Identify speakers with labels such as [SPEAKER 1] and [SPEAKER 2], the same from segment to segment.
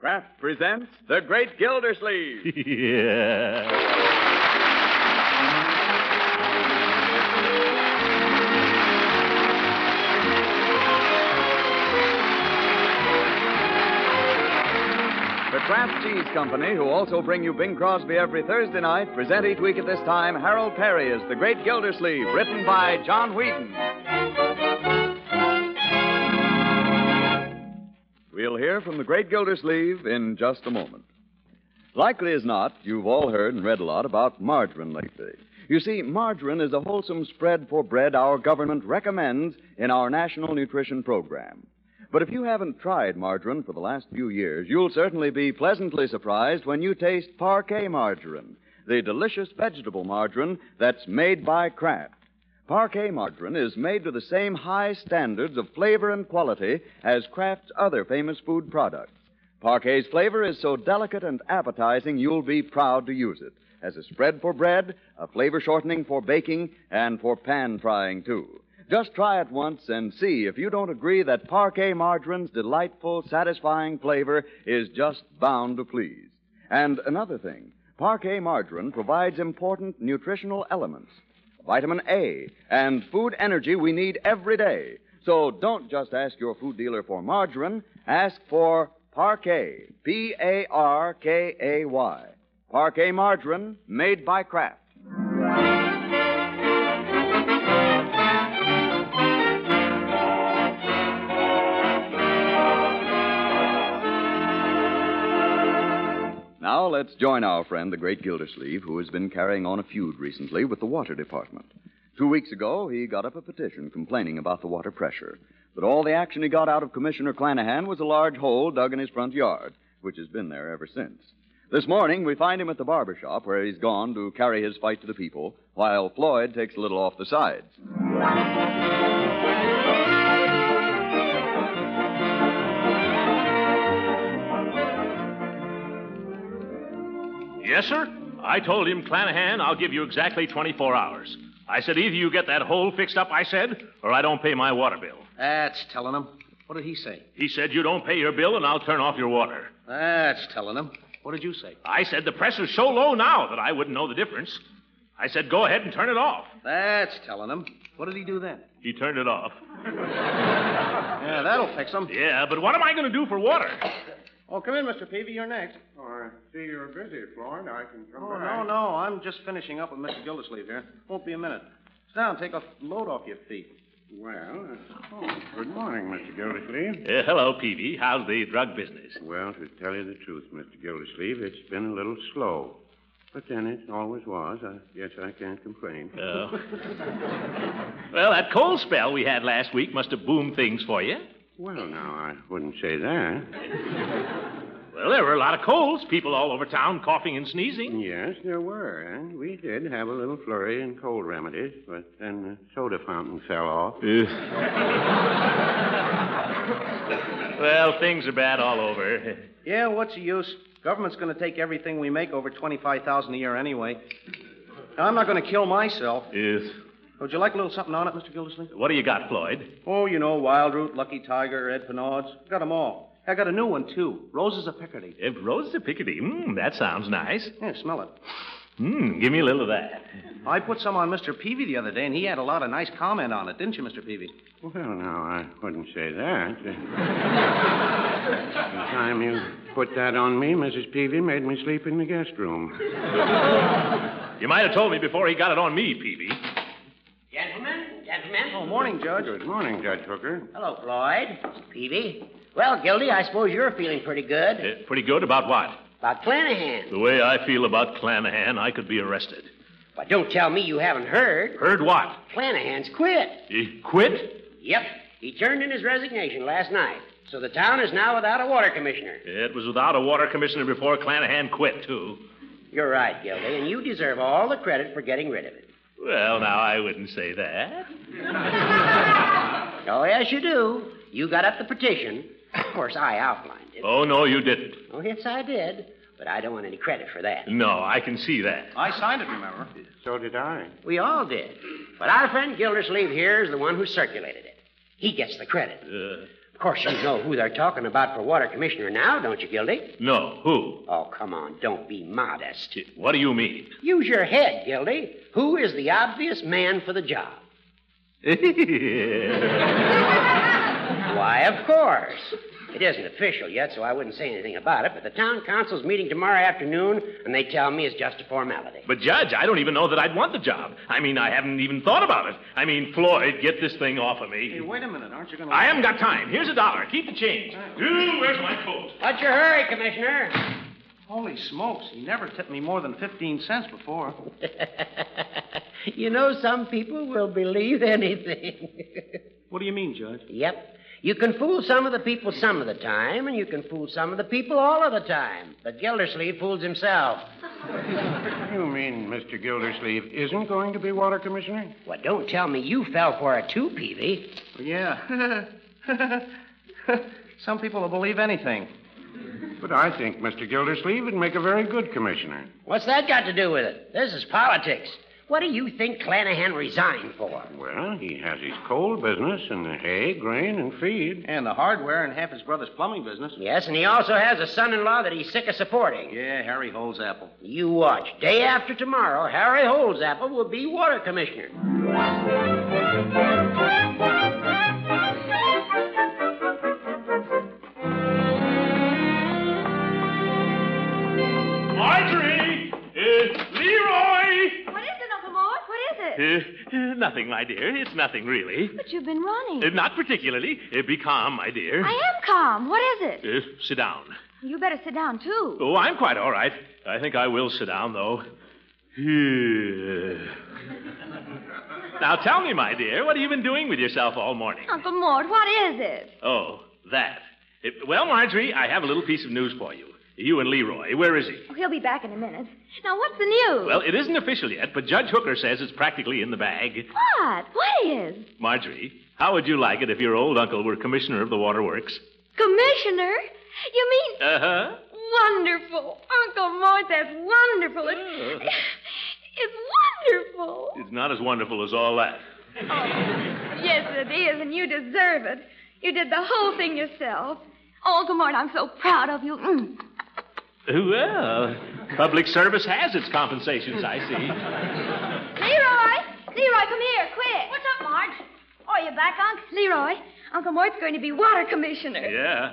[SPEAKER 1] Kraft presents The Great Gildersleeve.
[SPEAKER 2] yeah.
[SPEAKER 1] The Kraft Cheese Company, who also bring you Bing Crosby every Thursday night, present each week at this time Harold Perry as The Great Gildersleeve, written by John Wheaton. We'll hear from The Great Gildersleeve in just a moment. Likely as not, you've all heard and read a lot about margarine lately. You see, margarine is a wholesome spread for bread our government recommends in our National Nutrition Program. But if you haven't tried margarine for the last few years, you'll certainly be pleasantly surprised when you taste parquet margarine, the delicious vegetable margarine that's made by Kraft. Parquet margarine is made to the same high standards of flavor and quality as Kraft's other famous food products. Parquet's flavor is so delicate and appetizing, you'll be proud to use it as a spread for bread, a flavor shortening for baking, and for pan frying, too. Just try it once and see if you don't agree that parquet margarine's delightful, satisfying flavor is just bound to please. And another thing, parquet margarine provides important nutritional elements vitamin A, and food energy we need every day. So don't just ask your food dealer for margarine, ask for Parquet. P A R K A Y. Parquet margarine made by Kraft. Now let's join our friend, the great Gildersleeve, who has been carrying on a feud recently with the water department. Two weeks ago, he got up a petition complaining about the water pressure. But all the action he got out of Commissioner Clanahan was a large hole dug in his front yard, which has been there ever since. This morning, we find him at the barber shop where he's gone to carry his fight to the people, while Floyd takes a little off the sides.
[SPEAKER 2] Yes, sir. I told him, Clanahan, I'll give you exactly 24 hours. I said, either you get that hole fixed up, I said, or I don't pay my water bill.
[SPEAKER 3] That's telling him. What did he say?
[SPEAKER 2] He said, you don't pay your bill and I'll turn off your water.
[SPEAKER 3] That's telling him. What did you say?
[SPEAKER 2] I said, the pressure's so low now that I wouldn't know the difference. I said, go ahead and turn it off.
[SPEAKER 3] That's telling him. What did he do then?
[SPEAKER 2] He turned it off.
[SPEAKER 3] Yeah, that'll fix him.
[SPEAKER 2] Yeah, but what am I going to do for water?
[SPEAKER 3] Oh, come in, Mr. Peavy. You're next.
[SPEAKER 4] I see you're busy, Floyd. I can come
[SPEAKER 3] Oh, no,
[SPEAKER 4] behind.
[SPEAKER 3] no. I'm just finishing up with Mr. Gildersleeve here. Won't be a minute. Sit down. Take a load off your feet.
[SPEAKER 4] Well, uh, oh, good morning, Mr. Gildersleeve.
[SPEAKER 2] Uh, hello, Peavy. How's the drug business?
[SPEAKER 4] Well, to tell you the truth, Mr. Gildersleeve, it's been a little slow. But then it always was. I guess I can't complain.
[SPEAKER 2] Oh. well, that cold spell we had last week must have boomed things for you.
[SPEAKER 4] Well, now, I wouldn't say that.
[SPEAKER 2] Well, there were a lot of colds. People all over town coughing and sneezing.
[SPEAKER 4] Yes, there were, and we did have a little flurry in cold remedies, but then the soda fountain fell off.
[SPEAKER 2] Well, things are bad all over.
[SPEAKER 3] Yeah, what's the use? Government's going to take everything we make over 25000 a year anyway. Now, I'm not going to kill myself.
[SPEAKER 2] Yes.
[SPEAKER 3] Would you like a little something on it, Mr. Gildersleeve?
[SPEAKER 2] What do you got, Floyd?
[SPEAKER 3] Oh, you know, Wild Root, Lucky Tiger, Ed Pennods. Got 'em all. I got a new one, too. Roses of Picardy.
[SPEAKER 2] Eh, Roses of Picardy. Mmm, that sounds nice.
[SPEAKER 3] Yeah, smell it.
[SPEAKER 2] Mmm, give me a little of that.
[SPEAKER 3] I put some on Mr. Peavy the other day, and he had a lot of nice comment on it, didn't you, Mr. Peavy?
[SPEAKER 4] Well, now, I wouldn't say that. the time you put that on me, Mrs. Peavy made me sleep in the guest room.
[SPEAKER 2] You might have told me before he got it on me, Peavy.
[SPEAKER 5] Gentlemen, gentlemen.
[SPEAKER 3] Oh, morning, Judge.
[SPEAKER 4] Good morning, Judge Hooker.
[SPEAKER 5] Hello, Floyd. Peavy. Well, Gildy, I suppose you're feeling pretty good.
[SPEAKER 2] Eh, pretty good about what?
[SPEAKER 5] About Clanahan.
[SPEAKER 2] The way I feel about Clanahan, I could be arrested.
[SPEAKER 5] But don't tell me you haven't heard.
[SPEAKER 2] Heard what?
[SPEAKER 5] Clanahan's quit.
[SPEAKER 2] He quit?
[SPEAKER 5] Yep. He turned in his resignation last night. So the town is now without a water commissioner.
[SPEAKER 2] It was without a water commissioner before Clanahan quit, too.
[SPEAKER 5] You're right, Gildy, and you deserve all the credit for getting rid of it.
[SPEAKER 2] Well, now, I wouldn't say that.
[SPEAKER 5] Oh, yes, you do. You got up the petition. Of course, I outlined it.
[SPEAKER 2] Oh, no, you didn't.
[SPEAKER 5] Oh, yes, I did. But I don't want any credit for that.
[SPEAKER 2] No, I can see that.
[SPEAKER 3] I signed it, remember?
[SPEAKER 4] So did I.
[SPEAKER 5] We all did. But our friend Gildersleeve here is the one who circulated it. He gets the credit.
[SPEAKER 2] Uh,
[SPEAKER 5] Of course, you know who they're talking about for water commissioner now, don't you, Gildy?
[SPEAKER 2] No, who?
[SPEAKER 5] Oh, come on, don't be modest.
[SPEAKER 2] What do you mean?
[SPEAKER 5] Use your head, Gildy. Who is the obvious man for the job? Why, of course. It isn't official yet, so I wouldn't say anything about it, but the town council's meeting tomorrow afternoon, and they tell me it's just a formality.
[SPEAKER 2] But, Judge, I don't even know that I'd want the job. I mean, I haven't even thought about it. I mean, Floyd, get this thing off of
[SPEAKER 3] Hey,
[SPEAKER 2] me.
[SPEAKER 3] wait a minute. Aren't you going to.
[SPEAKER 2] I haven't got time. Here's a dollar. Keep the change. Ooh, where's my coat?
[SPEAKER 5] What's your hurry, Commissioner?
[SPEAKER 3] Holy smokes. He never tipped me more than 15 cents before.
[SPEAKER 5] you know, some people will believe anything.
[SPEAKER 3] What do you mean, Judge?
[SPEAKER 5] yep. You can fool some of the people some of the time, and you can fool some of the people all of the time. But Gildersleeve fools himself.
[SPEAKER 4] You mean Mr. Gildersleeve isn't going to be water commissioner?
[SPEAKER 5] Well, don't tell me you fell for it too, Peavy.
[SPEAKER 3] Yeah. Some people will believe anything.
[SPEAKER 4] But I think Mr. Gildersleeve would make a very good commissioner.
[SPEAKER 5] What's that got to do with it? This is politics. What do you think Clanahan resigned for?
[SPEAKER 4] Well, he has his coal business and the hay, grain, and feed.
[SPEAKER 3] And the hardware and half his brother's plumbing business.
[SPEAKER 5] Yes, and he also has a son in law that he's sick of supporting.
[SPEAKER 3] Yeah, Harry holds apple.
[SPEAKER 5] You watch. Day after tomorrow, Harry Holdsapple will be water commissioner.
[SPEAKER 2] Marjorie! Uh, Leroy!
[SPEAKER 6] What is it, Uncle Mort? What is it?
[SPEAKER 2] Uh, uh, nothing, my dear. It's nothing, really.
[SPEAKER 6] But you've been running.
[SPEAKER 2] Uh, not particularly. Uh, be calm, my dear.
[SPEAKER 6] I am calm. What is it?
[SPEAKER 2] Uh, sit down.
[SPEAKER 6] You better sit down, too.
[SPEAKER 2] Oh, I'm quite all right. I think I will sit down, though. Uh. now tell me, my dear, what have you been doing with yourself all morning?
[SPEAKER 6] Uncle Mort, what is it?
[SPEAKER 2] Oh, that. Uh, well, Marjorie, I have a little piece of news for you. You and Leroy, where is he?
[SPEAKER 6] Oh, he'll be back in a minute. Now, what's the news?
[SPEAKER 2] Well, it isn't official yet, but Judge Hooker says it's practically in the bag.
[SPEAKER 6] what? What is?
[SPEAKER 2] Marjorie, how would you like it if your old uncle were commissioner of the waterworks?
[SPEAKER 6] Commissioner? You mean
[SPEAKER 2] Uh huh.
[SPEAKER 6] wonderful. Uncle Mort, that's wonderful. It's,
[SPEAKER 2] Yeah.
[SPEAKER 6] it's wonderful.
[SPEAKER 2] It's not as wonderful as all that.
[SPEAKER 6] Yes, it is, and you deserve it. You did the whole thing yourself. Oh, Uncle Mort, I'm so proud of you. Mm.
[SPEAKER 2] Well, public service has its compensations, I see.
[SPEAKER 6] Leroy! Leroy, come here, quick! What's up, Marge? Oh, you back, Unc? Leroy, Uncle Mort's going to be water commissioner.
[SPEAKER 2] Yeah.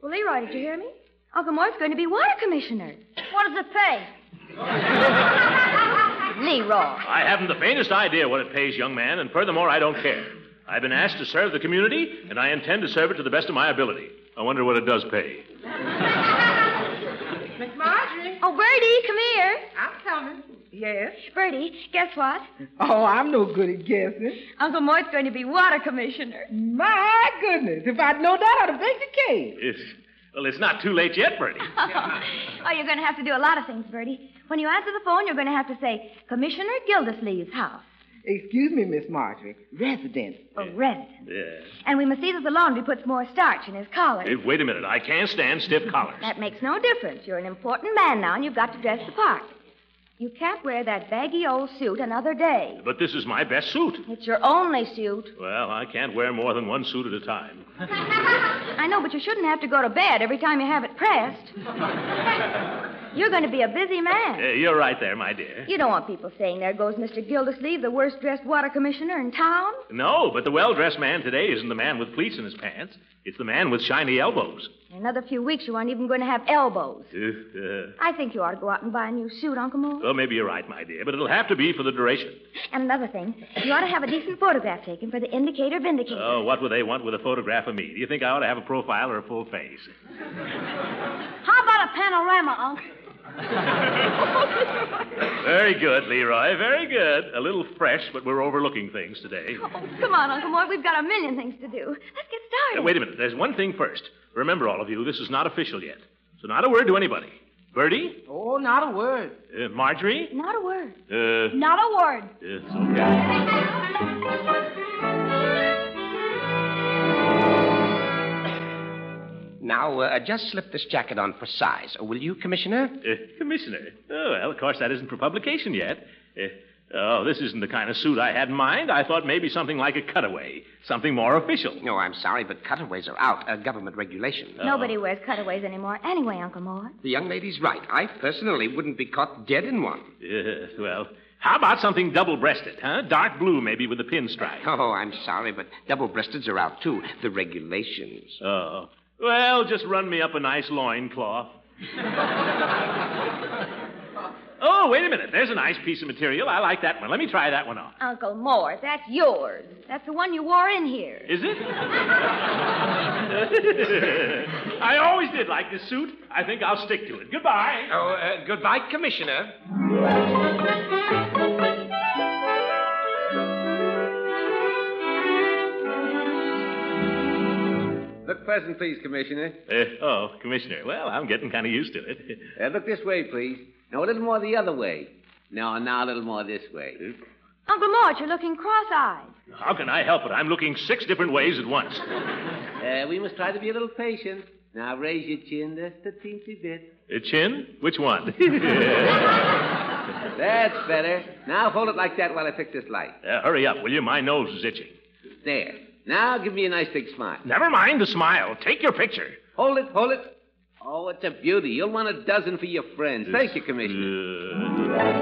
[SPEAKER 6] Well, Leroy, did you hear me? Uncle Mort's going to be water commissioner. What does it pay? Leroy.
[SPEAKER 2] I haven't the faintest idea what it pays, young man, and furthermore, I don't care. I've been asked to serve the community, and I intend to serve it to the best of my ability. I wonder what it does pay.
[SPEAKER 7] Miss Marjorie,
[SPEAKER 6] Oh, Bertie, come here.
[SPEAKER 7] I'm coming. Yes.
[SPEAKER 6] Bertie, guess what?
[SPEAKER 7] Oh, I'm no good at guessing.
[SPEAKER 6] Uncle Mort's going to be water commissioner.
[SPEAKER 7] My goodness, if I'd known that, I'd have baked a cake.
[SPEAKER 2] It's, well, it's not too late yet, Bertie.
[SPEAKER 6] Oh, you're going to have to do a lot of things, Bertie. When you answer the phone, you're going to have to say, Commissioner Gildersleeve's house,
[SPEAKER 7] Excuse me, Miss Marjorie. Resident.
[SPEAKER 6] or resident.
[SPEAKER 2] Yeah.
[SPEAKER 6] And we must see that the laundry puts more starch in his collar.
[SPEAKER 2] Hey, wait a minute. I can't stand stiff collars.
[SPEAKER 6] That makes no difference. You're an important man now, and you've got to dress the part. You can't wear that baggy old suit another day.
[SPEAKER 2] But this is my best suit.
[SPEAKER 6] It's your only suit.
[SPEAKER 2] Well, I can't wear more than one suit at a time.
[SPEAKER 6] I know, but you shouldn't have to go to bed every time you have it pressed. You're going to be a busy man.
[SPEAKER 2] Uh, you're right there, my dear.
[SPEAKER 6] You don't want people saying, There goes Mr. Gildersleeve, the worst dressed water commissioner in town.
[SPEAKER 2] No, but the well dressed man today isn't the man with fleece in his pants, it's the man with shiny elbows.
[SPEAKER 6] In another few weeks, you aren't even going to have elbows.
[SPEAKER 2] Uh, uh,
[SPEAKER 6] I think you ought to go out and buy a new suit, Uncle Moore.
[SPEAKER 2] well, maybe you're right, my dear, but it'll have to be for the duration.
[SPEAKER 6] And another thing, you ought to have a decent photograph taken for the indicator vindicator.
[SPEAKER 2] Oh, what would they want with a photograph of me? Do you think I ought to have a profile or a full face?
[SPEAKER 6] How about a panorama, Uncle?
[SPEAKER 2] Very good, Leroy. Very good. A little fresh, but we're overlooking things today.
[SPEAKER 6] Oh, come on, Uncle Mort. We've got a million things to do. Let's get
[SPEAKER 2] Uh,
[SPEAKER 6] started.
[SPEAKER 2] wait a minute. There's one thing first. Remember, all of you, this is not official yet. So not a word to anybody. Bertie?
[SPEAKER 7] Oh, not a word.
[SPEAKER 2] Uh, Marjorie?
[SPEAKER 6] Not a word.
[SPEAKER 2] Uh, uh,
[SPEAKER 6] Not a word.
[SPEAKER 2] it's okay.
[SPEAKER 5] Now, uh, just slip this jacket on for size, will you, Commissioner?
[SPEAKER 2] Uh, Commissioner? Oh, well, of course, that isn't for publication yet. Uh, Oh, this isn't the kind of suit I had in mind. I thought maybe something like a cutaway, something more official.
[SPEAKER 5] No, I'm sorry, but cutaways are out. A government regulation.
[SPEAKER 6] Nobody wears cutaways anymore anyway, Uncle Mort.
[SPEAKER 5] The young lady's right. I personally wouldn't be caught dead in one.
[SPEAKER 2] Yes, well, how about something double breasted, huh? Dark blue, maybe, with a pinstripe.
[SPEAKER 5] Oh, I'm sorry, but double breasteds are out too. The regulations.
[SPEAKER 2] Oh. Well, just run me up a nice loincloth. oh, wait a minute. There's a nice piece of material. I like that one. Let me try that one on.
[SPEAKER 6] Uncle Mort, that's yours. That's the one you wore in here.
[SPEAKER 2] Is it? I always did like this suit. I think I'll stick to it. Goodbye.
[SPEAKER 5] Oh, uh, goodbye, Commissioner.
[SPEAKER 8] Look pleasant, please, Commissioner.
[SPEAKER 2] Uh, oh, Commissioner. Well, I'm getting kind of used to it.
[SPEAKER 8] Uh, look this way, please. No, a little more the other way. No, now a little more this way.
[SPEAKER 6] Uncle Mort, you're looking cross-eyed.
[SPEAKER 2] How can I help it? I'm looking six different ways at once.
[SPEAKER 8] Uh, we must try to be a little patient. Now raise your chin just a teensy bit.
[SPEAKER 2] A chin? Which one? Uh,
[SPEAKER 8] That's better. Now hold it like that while I fix this light.
[SPEAKER 2] Uh, hurry up, will you? My nose is itching.
[SPEAKER 8] There. Now give me a nice big smile.
[SPEAKER 2] Never mind the smile. Take your picture.
[SPEAKER 8] Hold it, hold it. Oh, it's a beauty. You'll want a dozen for your friends. Thank you, Commissioner.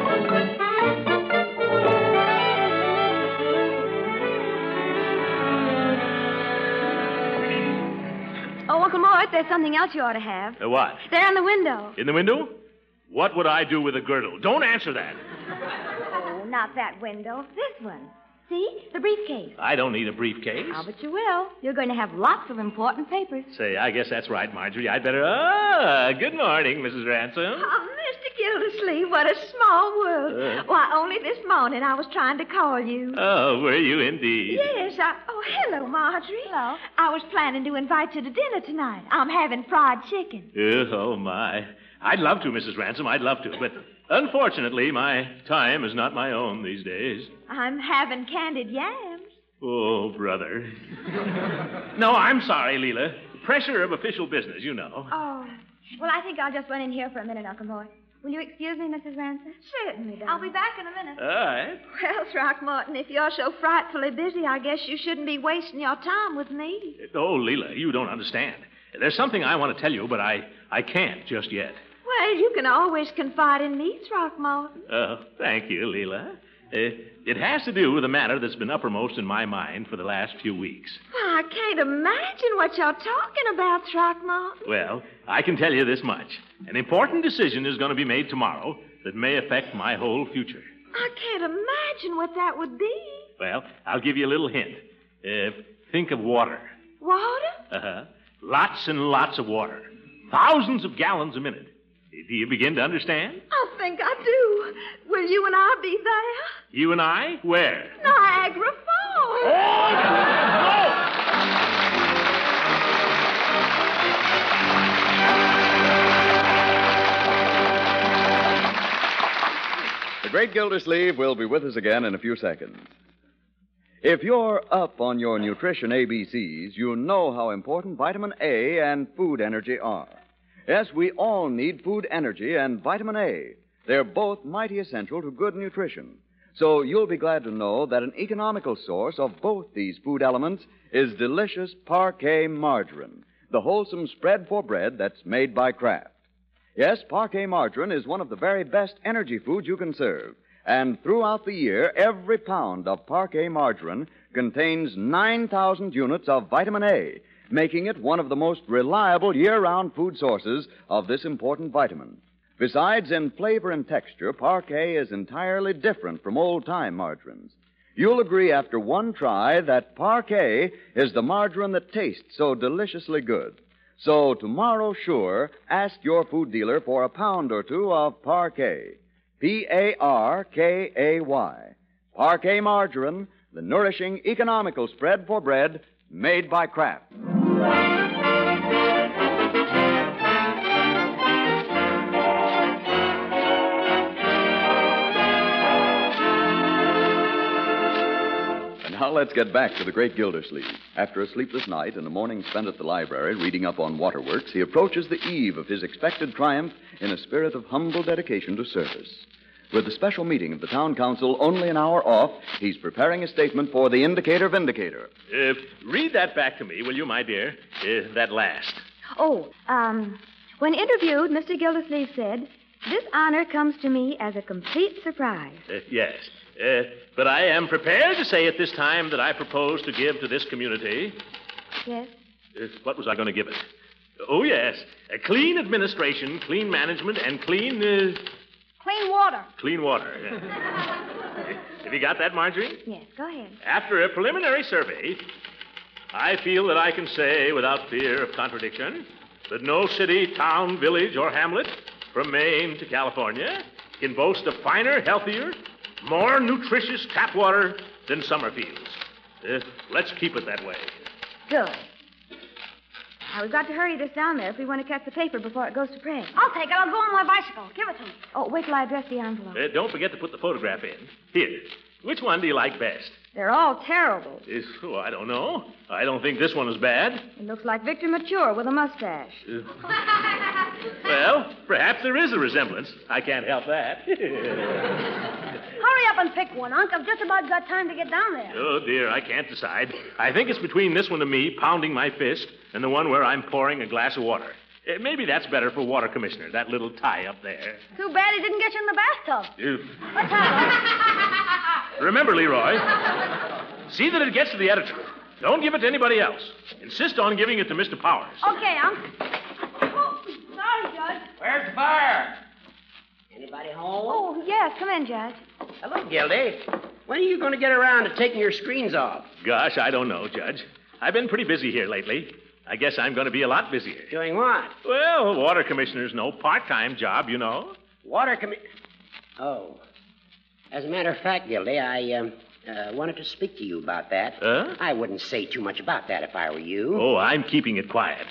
[SPEAKER 6] Oh, Uncle Mort, there's something else you ought to have.
[SPEAKER 2] Uh, what?
[SPEAKER 6] There in the window.
[SPEAKER 2] In the window? What would I do with a girdle? Don't answer that.
[SPEAKER 6] Oh, not that window. This one. See? The briefcase.
[SPEAKER 2] I don't need a briefcase.
[SPEAKER 6] I'll bet you will. You're going to have lots of important papers.
[SPEAKER 2] Say, I guess that's right, Marjorie. I'd better. Ah, good morning, Mrs. Ransom.
[SPEAKER 6] Oh, Mr. Gildersleeve, what a small world. Uh. Why, only this morning I was trying to call you.
[SPEAKER 2] Oh, were you indeed?
[SPEAKER 6] Yes, I. Oh, hello, Marjorie. Hello. I was planning to invite you to dinner tonight. I'm having fried chicken.
[SPEAKER 2] Yes. Oh, my. I'd love to, Mrs. Ransom. I'd love to. But unfortunately, my time is not my own these days.
[SPEAKER 6] I'm having candied yams.
[SPEAKER 2] Oh, brother. no, I'm sorry, Leela. Pressure of official business, you know.
[SPEAKER 6] Oh. Well, I think I'll just run in here for a minute, Uncle Mort. Will you excuse me, Mrs. Ransom? Certainly, darling. I'll be back in a minute.
[SPEAKER 2] All right.
[SPEAKER 6] Well, Throckmorton, if you're so frightfully busy, I guess you shouldn't be wasting your time with me.
[SPEAKER 2] Oh, Leela, you don't understand. There's something I want to tell you, but I, I can't just yet.
[SPEAKER 6] Well, you can always confide in me, Throckmorton.
[SPEAKER 2] Oh, thank you, Leela. Uh, it has to do with a matter that's been uppermost in my mind for the last few weeks.
[SPEAKER 6] Why, I can't imagine what you're talking about, Throckmorton.
[SPEAKER 2] Well, I can tell you this much. An important decision is going to be made tomorrow that may affect my whole future.
[SPEAKER 6] I can't imagine what that would be.
[SPEAKER 2] Well, I'll give you a little hint. Uh, think of water.
[SPEAKER 6] Water?
[SPEAKER 2] Uh huh. Lots and lots of water. Thousands of gallons a minute. Do you begin to understand?
[SPEAKER 6] I think I do. Will you and I be there?
[SPEAKER 2] You and I? Where?
[SPEAKER 6] Niagara Falls.
[SPEAKER 2] Oh,
[SPEAKER 1] The great Gildersleeve will be with us again in a few seconds. If you're up on your nutrition ABCs, you know how important vitamin A and food energy are. Yes, we all need food energy and vitamin A. They're both mighty essential to good nutrition. So you'll be glad to know that an economical source of both these food elements is delicious parquet margarine, the wholesome spread for bread that's made by Kraft. Yes, parquet margarine is one of the very best energy foods you can serve. And throughout the year, every pound of parquet margarine contains 9,000 units of vitamin A, making it one of the most reliable year round food sources of this important vitamin. Besides, in flavor and texture, parquet is entirely different from old time margarines. You'll agree after one try that parquet is the margarine that tastes so deliciously good. So tomorrow, sure, ask your food dealer for a pound or two of parquet. P A R K A Y. Parquet margarine, the nourishing, economical spread for bread made by Kraft. And now let's get back to the great Gildersleeve. After a sleepless night and a morning spent at the library reading up on waterworks, he approaches the eve of his expected triumph in a spirit of humble dedication to service. With the special meeting of the town council only an hour off, he's preparing a statement for the Indicator Vindicator.
[SPEAKER 2] Uh, read that back to me, will you, my dear? Uh, that last.
[SPEAKER 6] Oh, um, when interviewed, Mr. Gildersleeve said, This honor comes to me as a complete surprise.
[SPEAKER 2] Uh, yes. Uh, but I am prepared to say at this time that I propose to give to this community.
[SPEAKER 6] Yes?
[SPEAKER 2] Uh, what was I going to give it? Oh, yes. A clean administration, clean management, and clean. Uh,
[SPEAKER 6] Clean water.
[SPEAKER 2] clean water. Have you got that, Marjorie?
[SPEAKER 6] Yes, go ahead.
[SPEAKER 2] After a preliminary survey, I feel that I can say without fear of contradiction that no city, town, village, or hamlet from Maine to California can boast a finer, healthier, more nutritious tap water than Summerfield's. Uh, let's keep it that way.
[SPEAKER 6] Good. Now, we've got to hurry this down there if we want to catch the paper before it goes to press. I'll take it. I'll go on my bicycle. Give it to me. Oh, wait till I address the envelope.
[SPEAKER 2] Uh, don't forget to put the photograph in. Here. Which one do you like best?
[SPEAKER 6] They're all terrible.
[SPEAKER 2] Is, oh, I don't know. I don't think this one is bad. Uh,
[SPEAKER 6] It looks like Victor Mature with a mustache.
[SPEAKER 2] Well, perhaps there is a resemblance. I can't help that.
[SPEAKER 6] Hurry up and pick one, Unc. I've just about got time to get down there.
[SPEAKER 2] Oh, dear, I can't decide. I think it's between this one and me, pounding my fist, and the one where I'm pouring a glass of water. Eh, maybe that's better for water commissioner, that little tie up there.
[SPEAKER 6] Too bad he didn't get you in the bathtub.
[SPEAKER 2] Ew.
[SPEAKER 6] What's happening?
[SPEAKER 2] Remember, Leroy, see that it gets to the editor. Don't give it to anybody else. Insist on giving it to Mr. Powers.
[SPEAKER 6] okay, Unc. Oh, sorry, Judge.
[SPEAKER 5] Where's the fire? Anybody home?
[SPEAKER 6] Oh, yes, come in, Judge.
[SPEAKER 5] Hello, Gildy. When are you going to get around to taking your screens off?
[SPEAKER 2] Gosh, I don't know, Judge. I've been pretty busy here lately. I guess I'm going to be a lot busier.
[SPEAKER 5] Doing what?
[SPEAKER 2] Well, water commissioner's no part time job, you know.
[SPEAKER 5] Water commi... Oh. As a matter of fact, Gildy, I um, uh, wanted to speak to you about that.
[SPEAKER 2] Huh?
[SPEAKER 5] I wouldn't say too much about that if I were you.
[SPEAKER 2] Oh, I'm keeping it quiet.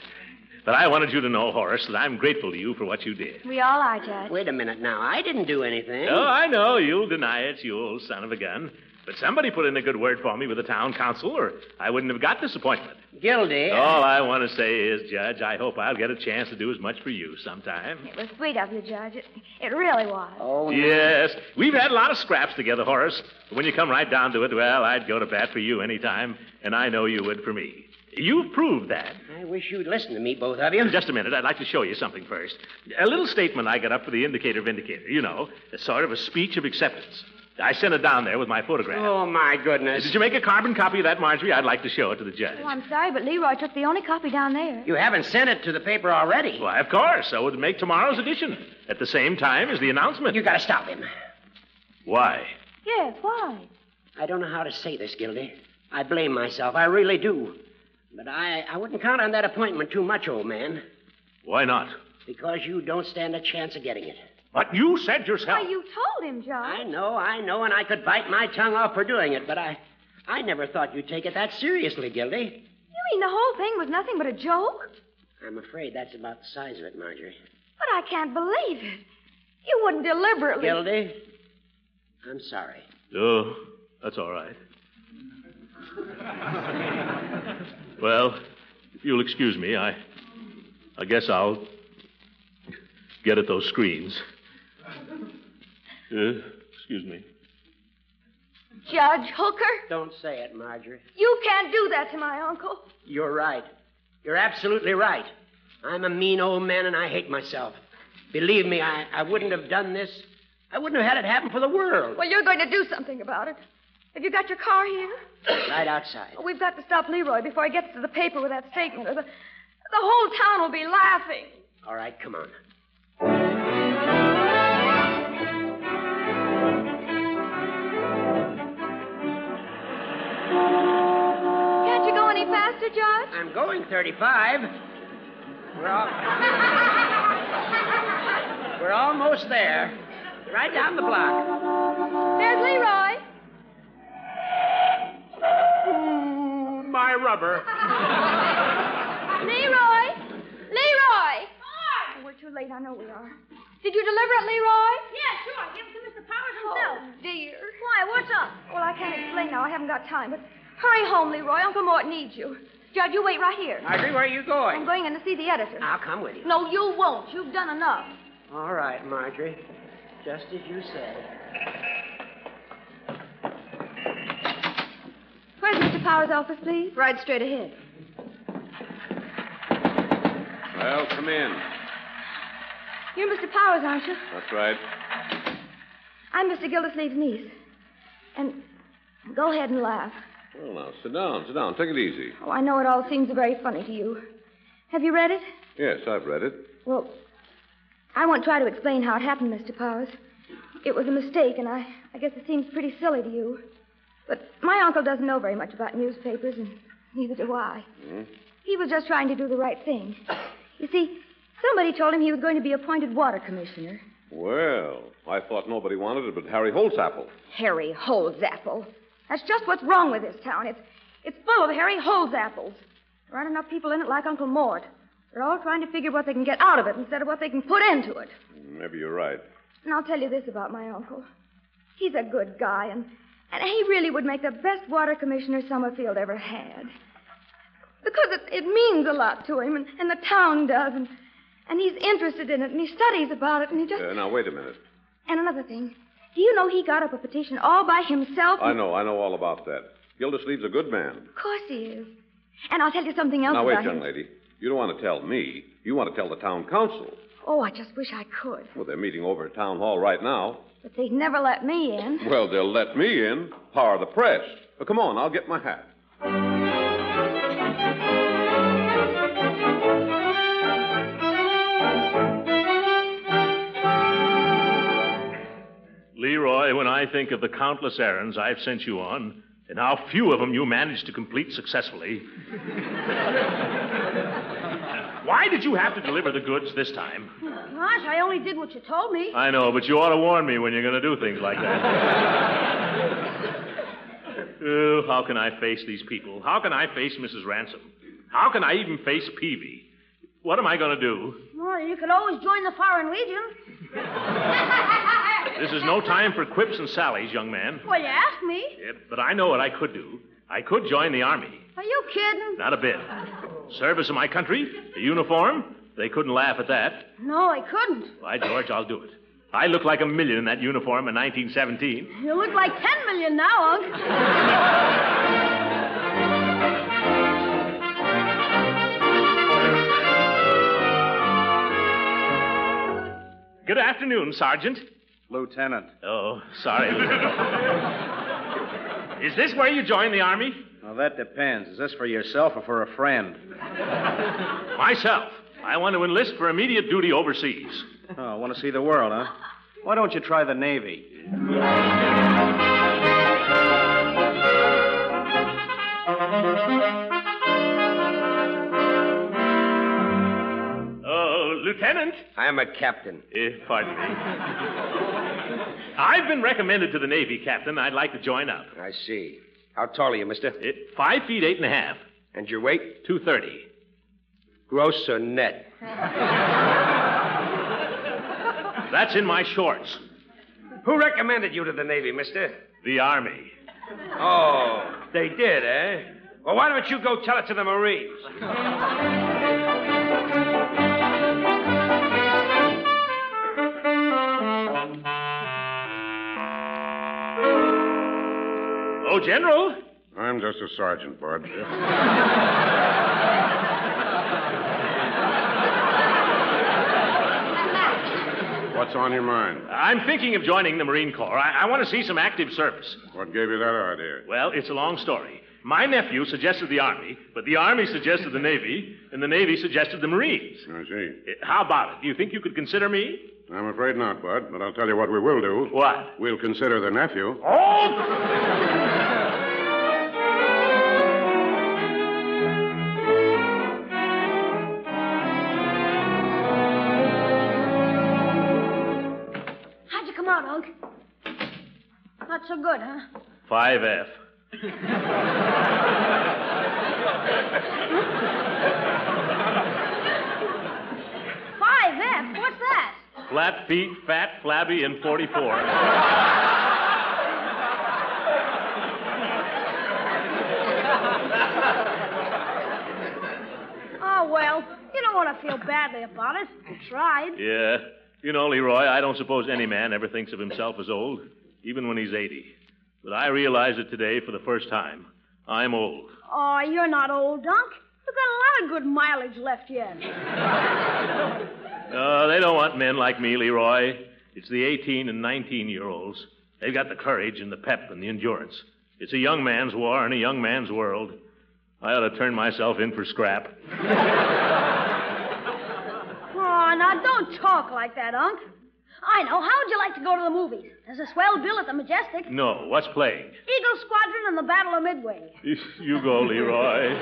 [SPEAKER 2] But I wanted you to know, Horace, that I'm grateful to you for what you did.
[SPEAKER 6] We all are, Judge.
[SPEAKER 5] Wait a minute now. I didn't do anything.
[SPEAKER 2] Oh, I know. You'll deny it, you old son of a gun. But somebody put in a good word for me with the town council, or I wouldn't have got this appointment.
[SPEAKER 5] Gildy.
[SPEAKER 2] All I want to say is, Judge, I hope I'll get a chance to do as much for you sometime.
[SPEAKER 6] It was sweet of you, Judge. It, it really was.
[SPEAKER 5] Oh, no.
[SPEAKER 2] Yes, we've had a lot of scraps together, Horace. But when you come right down to it, well, I'd go to bat for you any time, and I know you would for me. You've proved that.
[SPEAKER 5] I wish you'd listen to me, both of you.
[SPEAKER 2] Just a minute. I'd like to show you something first. A little statement I got up for the Indicator Vindicator, you know, a sort of a speech of acceptance. I sent it down there with my photograph.
[SPEAKER 5] Oh, my goodness.
[SPEAKER 2] Did you make a carbon copy of that, Marjorie? I'd like to show it to the judge.
[SPEAKER 6] Oh, I'm sorry, but Leroy took the only copy down there.
[SPEAKER 5] You haven't sent it to the paper already.
[SPEAKER 2] Why, of course. I would make tomorrow's edition at the same time as the announcement.
[SPEAKER 5] You gotta stop him.
[SPEAKER 2] Why?
[SPEAKER 6] Yes, why?
[SPEAKER 5] I don't know how to say this, Gildy. I blame myself. I really do. But I, I wouldn't count on that appointment too much, old man,
[SPEAKER 2] Why not?
[SPEAKER 5] because you don't stand a chance of getting it.
[SPEAKER 2] But you said
[SPEAKER 6] Why,
[SPEAKER 2] yourself.
[SPEAKER 6] you told him,
[SPEAKER 5] I
[SPEAKER 6] Judge.
[SPEAKER 5] know, I know, and I could bite my tongue off for doing it, but I I never thought you'd take it that seriously, Gildy.
[SPEAKER 6] You mean the whole thing was nothing but a joke?
[SPEAKER 5] I'm afraid that's about the size of it, Marjorie.
[SPEAKER 6] But I can't believe it. You wouldn't deliberately.
[SPEAKER 5] Gildy, I'm sorry.
[SPEAKER 2] Oh, that's all right. well, if you'll excuse me, I, I guess I'll get at those screens. Uh, excuse me.
[SPEAKER 6] Judge Hooker,
[SPEAKER 5] Don't say it, Marjorie.
[SPEAKER 6] you can't do that to my uncle.
[SPEAKER 5] You're right. You're absolutely right. I'm a mean old man and I hate myself. Believe me, I, I wouldn't have done this. I wouldn't have had it happen for the world.
[SPEAKER 6] Well, you're going to do something about it. Have you got your car here?
[SPEAKER 5] Right outside.
[SPEAKER 6] We've got to stop Leroy before he gets to the paper with that statement, or the, the whole town will be laughing.
[SPEAKER 5] All right, come on.
[SPEAKER 6] Can't you go any faster, Judge?
[SPEAKER 5] I'm going 35. We're, al- We're almost there. Right down the block.
[SPEAKER 6] There's Leroy.
[SPEAKER 4] Oh,
[SPEAKER 2] Ooh, my rubber.
[SPEAKER 6] Leroy! Leroy! Oh, we're too late. I know we are. Did you deliver it, Leroy? Yeah, sure. Give it to Mr. Powers himself. Oh, dear. Why, what's up? Well, I can't explain now. I haven't got time. But hurry home, Leroy. Uncle Mort needs you. Judge, you wait right here.
[SPEAKER 5] Marjorie, where are you
[SPEAKER 6] I'm
[SPEAKER 5] going?
[SPEAKER 6] going in to see the editor.
[SPEAKER 5] I'll come with you.
[SPEAKER 6] No, you won't. You've done enough.
[SPEAKER 5] All right, Marjorie. Just as you say.
[SPEAKER 6] Where's Mr. Power's office, please? Right straight ahead.
[SPEAKER 4] Well, come in.
[SPEAKER 6] You're Mr. Powers, aren't you?
[SPEAKER 4] That's right.
[SPEAKER 6] I'm Mr. Gildersleeve's niece. And go ahead and laugh.
[SPEAKER 4] Well, now, sit down, sit down. Take it easy.
[SPEAKER 6] Oh, I know it all seems very funny to you. Have you read it?
[SPEAKER 4] Yes, I've read it.
[SPEAKER 6] Well, I won't try to explain how it happened, Mr. Powers. It was a mistake, and I, I guess it seems pretty silly to you. But my uncle doesn't know very much about newspapers, and neither do I.
[SPEAKER 4] Hmm?
[SPEAKER 6] He was just trying to do the right thing. You see, somebody told him he was going to be appointed water commissioner.
[SPEAKER 4] Well, I thought nobody wanted it but Harry Holzapple.
[SPEAKER 6] Harry Holzapple. That's just what's wrong with this town. It's, it's full of Harry Holzapples. There aren't enough people in it like Uncle Mort. They're all trying to figure what they can get out of it instead of what they can put into it.
[SPEAKER 4] Maybe you're right.
[SPEAKER 6] And I'll tell you this about my uncle. He's a good guy, and, and he really would make the best water commissioner Summerfield ever had. Because it, it means a lot to him, and, and the town does, and, and he's interested in it, and he studies about it, and he just.
[SPEAKER 4] Uh, now, wait a minute.
[SPEAKER 6] And another thing. Do you know he got up a petition all by himself?
[SPEAKER 4] I know, I know all about that. Gildersleeve's a good man.
[SPEAKER 6] Of course he is. And I'll tell you something else
[SPEAKER 4] now, wait,
[SPEAKER 6] about
[SPEAKER 4] young
[SPEAKER 6] him.
[SPEAKER 4] lady. You don't want to tell me. You want to tell the town council.
[SPEAKER 6] Oh, I just wish I could.
[SPEAKER 4] Well, they're meeting over at town hall right now.
[SPEAKER 6] But they'd never let me in.
[SPEAKER 4] Well, they'll let me in. Power the press. Well, come on, I'll get my hat.
[SPEAKER 2] Leroy, when I think of the countless errands I've sent you on, and how few of them you managed to complete successfully. Why did you have to deliver the goods this time?
[SPEAKER 6] Gosh, I only did what you told me.
[SPEAKER 2] I know, but you ought to warn me when you're going to do things like that. oh, how can I face these people? How can I face Mrs. Ransom? How can I even face Peavy? What am I going to do?
[SPEAKER 6] Well, you could always join the foreign legion.
[SPEAKER 2] This is no time for quips and sallies, young man.
[SPEAKER 6] Well, you asked me.
[SPEAKER 2] Yeah, but I know what I could do. I could join the army.
[SPEAKER 6] Are you kidding?
[SPEAKER 2] Not a bit. Service of my country, the uniform, they couldn't laugh at that.
[SPEAKER 6] No, I couldn't.
[SPEAKER 2] By George, I'll do it. I look like a million in that uniform in 1917.
[SPEAKER 6] You look like ten million now, Unc.
[SPEAKER 2] Good afternoon, Sergeant.
[SPEAKER 3] Lieutenant.
[SPEAKER 2] Oh, sorry. Is this where you joined the army?
[SPEAKER 3] Now, that depends. Is this for yourself or for a friend?
[SPEAKER 2] Myself. I want to enlist for immediate duty overseas.
[SPEAKER 3] Oh, want to see the world, huh? Why don't you try the Navy?
[SPEAKER 2] Uh, Oh, Lieutenant.
[SPEAKER 5] I'm a captain.
[SPEAKER 2] Eh, pardon me. I've been recommended to the Navy, Captain. I'd like to join up.
[SPEAKER 5] I see. How tall are you, mister?
[SPEAKER 2] Eh, five feet, eight and a half,
[SPEAKER 5] And your weight?
[SPEAKER 2] 230.
[SPEAKER 5] Gross or net?
[SPEAKER 2] That's in my shorts.
[SPEAKER 5] Who recommended you to the Navy, mister?
[SPEAKER 2] The Army.
[SPEAKER 5] Oh, they did, eh? Well, why don't you go tell it to the Marines?
[SPEAKER 2] Oh, General.
[SPEAKER 4] I'm just a sergeant, Bud. What's on your mind?
[SPEAKER 2] I'm thinking of joining the Marine Corps. I, I want to see some active service.
[SPEAKER 4] What gave you that idea?
[SPEAKER 2] Well, it's a long story. My nephew suggested the Army, but the Army suggested the Navy, and the Navy suggested the Marines.
[SPEAKER 4] I see.
[SPEAKER 2] Eh, How about it? Do you think you could consider me?
[SPEAKER 4] I'm afraid not, Bud, but I'll tell you what we will do.
[SPEAKER 2] What?
[SPEAKER 4] We'll consider the nephew.
[SPEAKER 2] Oh!
[SPEAKER 6] How'd you come out, Unc? Not so good, huh?
[SPEAKER 2] 5F.
[SPEAKER 6] Five F. What's that?
[SPEAKER 2] Flat feet, fat, flabby, and 44.
[SPEAKER 6] Oh well, you don't want to feel badly about it. I tried.
[SPEAKER 2] Yeah. You know, Leroy, I don't suppose any man ever thinks of himself as old, even when he's 80. But I realize it today for the first time. I'm old.
[SPEAKER 9] Oh, you're not old, Dunk. You've got a lot of good mileage left yet.
[SPEAKER 2] Uh, they don't want men like me, Leroy. It's the 18 and 19 year olds. They've got the courage and the pep and the endurance. It's a young man's war and a young man's world. I ought to turn myself in for scrap.
[SPEAKER 9] Oh, now don't talk like that, Unc. I know. How would you like to go to the movies? There's a swell bill at the Majestic.
[SPEAKER 2] No, what's playing?
[SPEAKER 9] Eagle Squadron and the Battle of Midway.
[SPEAKER 2] You go, Leroy.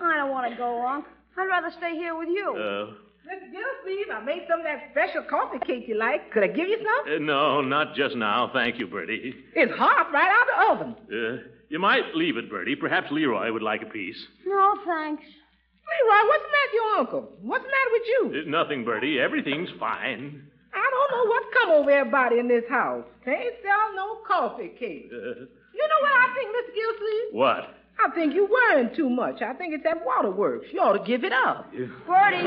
[SPEAKER 9] I don't want to go, Unc. I'd rather stay here with you.
[SPEAKER 2] Uh,
[SPEAKER 7] Mr. Gillespie, I made some of that special coffee cake you like. Could I give you some?
[SPEAKER 2] Uh, no, not just now. Thank you, Bertie.
[SPEAKER 7] It's hot right out of the oven.
[SPEAKER 2] Uh, you might leave it, Bertie. Perhaps Leroy would like a piece.
[SPEAKER 9] No, thanks.
[SPEAKER 7] Leroy, what's the matter with your uncle? What's the matter with you?
[SPEAKER 2] Uh, nothing, Bertie. Everything's fine.
[SPEAKER 7] I don't know what's come over everybody in this house. They ain't sell no coffee cake.
[SPEAKER 2] Uh,
[SPEAKER 7] You know what I think, Mr. Gillespie?
[SPEAKER 2] what?
[SPEAKER 7] I think you're worrying too much. I think it's that waterworks. You ought to give it up.
[SPEAKER 9] Bertie.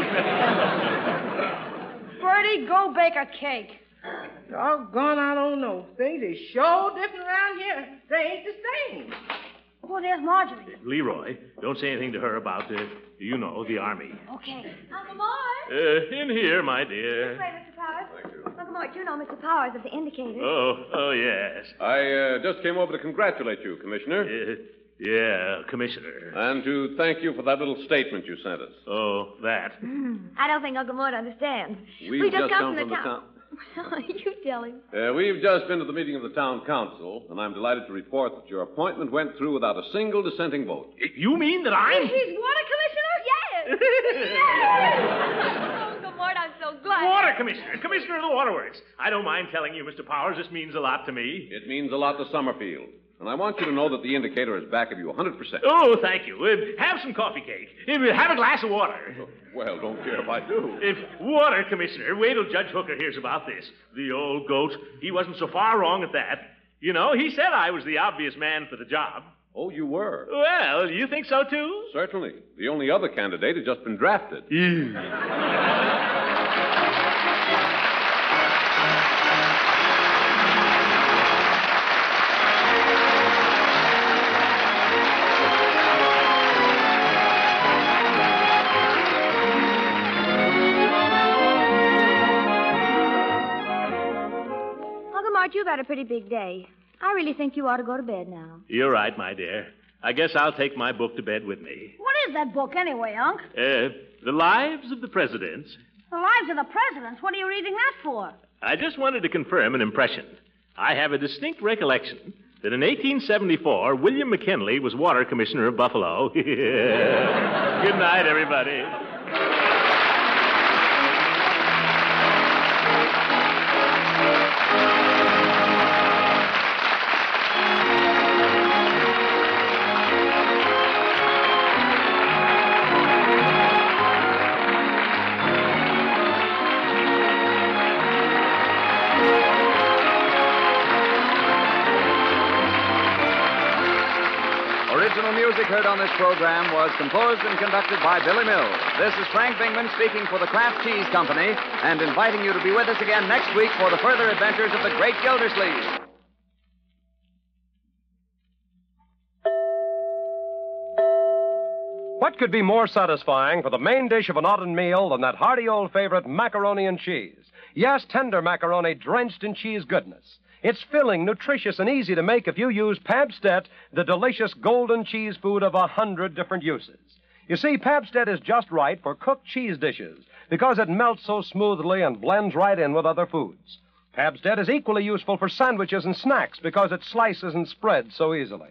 [SPEAKER 9] Bertie, go bake a cake.
[SPEAKER 7] Doggone, I don't know. Things are sure different around here. They ain't the same.
[SPEAKER 9] Oh, there's Marjorie.
[SPEAKER 2] Leroy, don't say anything to her about, uh, you know, the army.
[SPEAKER 9] Okay.
[SPEAKER 6] Uncle Mort.
[SPEAKER 2] Uh, in here, my dear.
[SPEAKER 6] Wait, Mr. Powers. Uncle Mort, you know Mr. Powers of the Indicator.
[SPEAKER 2] Oh, oh, yes.
[SPEAKER 10] I uh, just came over to congratulate you, Commissioner,
[SPEAKER 2] Uh, yeah, Commissioner.
[SPEAKER 10] and to thank you for that little statement you sent us.
[SPEAKER 2] Oh, that.
[SPEAKER 6] I don't think Uncle Mort understands.
[SPEAKER 10] We've just come from the
[SPEAKER 6] town. you tell him.
[SPEAKER 10] Uh, we've just been to the meeting of the town council, and I'm delighted to report that your appointment went through without a single dissenting vote.
[SPEAKER 2] You mean that I'm.
[SPEAKER 6] He's water commissioner? Yes. yes. Uncle Mort, I'm so glad.
[SPEAKER 2] Water Commissioner, Commissioner of the Waterworks. I don't mind telling you, Mr. Powers, this means a lot to me.
[SPEAKER 10] It means a lot to Summerfield, and I want you to know that the indicator is back of you 100%.
[SPEAKER 2] Oh, thank you. Uh, have some coffee cake. Uh, have a glass of water.
[SPEAKER 10] Well, don't care if I do.
[SPEAKER 2] If water, Commissioner, wait till Judge Hooker hears about this. The old goat, he wasn't so far wrong at that. You know, he said I was the obvious man for the job.
[SPEAKER 10] Oh, you were.
[SPEAKER 2] Well, you think so too?
[SPEAKER 10] Certainly. The only other candidate has just been drafted.
[SPEAKER 6] Uncle Mort, you've had a pretty big day. I really think you ought to go to bed now.
[SPEAKER 2] You're right, my dear. I guess I'll take my book to bed with me.
[SPEAKER 9] What is that book anyway, Unc?
[SPEAKER 2] Uh, the Lives of the Presidents.
[SPEAKER 9] The Lives of the Presidents. What are you reading that for?
[SPEAKER 2] I just wanted to confirm an impression. I have a distinct recollection that in 1874, William McKinley was water commissioner of Buffalo. Good night, everybody.
[SPEAKER 1] Original music heard on this program was composed and conducted by Billy Mills. This is Frank Bingman speaking for the Kraft Cheese Company and inviting you to be with us again next week for the further adventures of the Great Gildersleeve.
[SPEAKER 11] What could be more satisfying for the main dish of an autumn meal than that hearty old favorite, macaroni and cheese? Yes, tender macaroni drenched in cheese goodness. It's filling, nutritious, and easy to make if you use Pabstet, the delicious golden cheese food of a hundred different uses. You see, Pabstet is just right for cooked cheese dishes because it melts so smoothly and blends right in with other foods. Pabstet is equally useful for sandwiches and snacks because it slices and spreads so easily.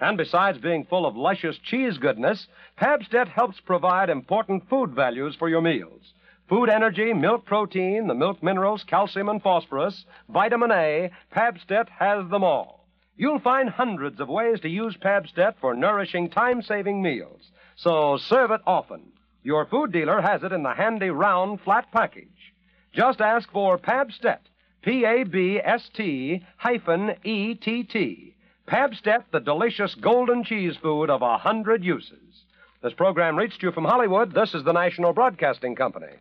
[SPEAKER 11] And besides being full of luscious cheese goodness, Pabstet helps provide important food values for your meals. Food energy, milk protein, the milk minerals, calcium and phosphorus, vitamin A, Pabstet has them all. You'll find hundreds of ways to use Pabstet for nourishing, time saving meals. So serve it often. Your food dealer has it in the handy round flat package. Just ask for Pabstet, P A B S T hyphen E T T. Pabstet, the delicious golden cheese food of a hundred uses. This program reached you from Hollywood. This is the National Broadcasting Company.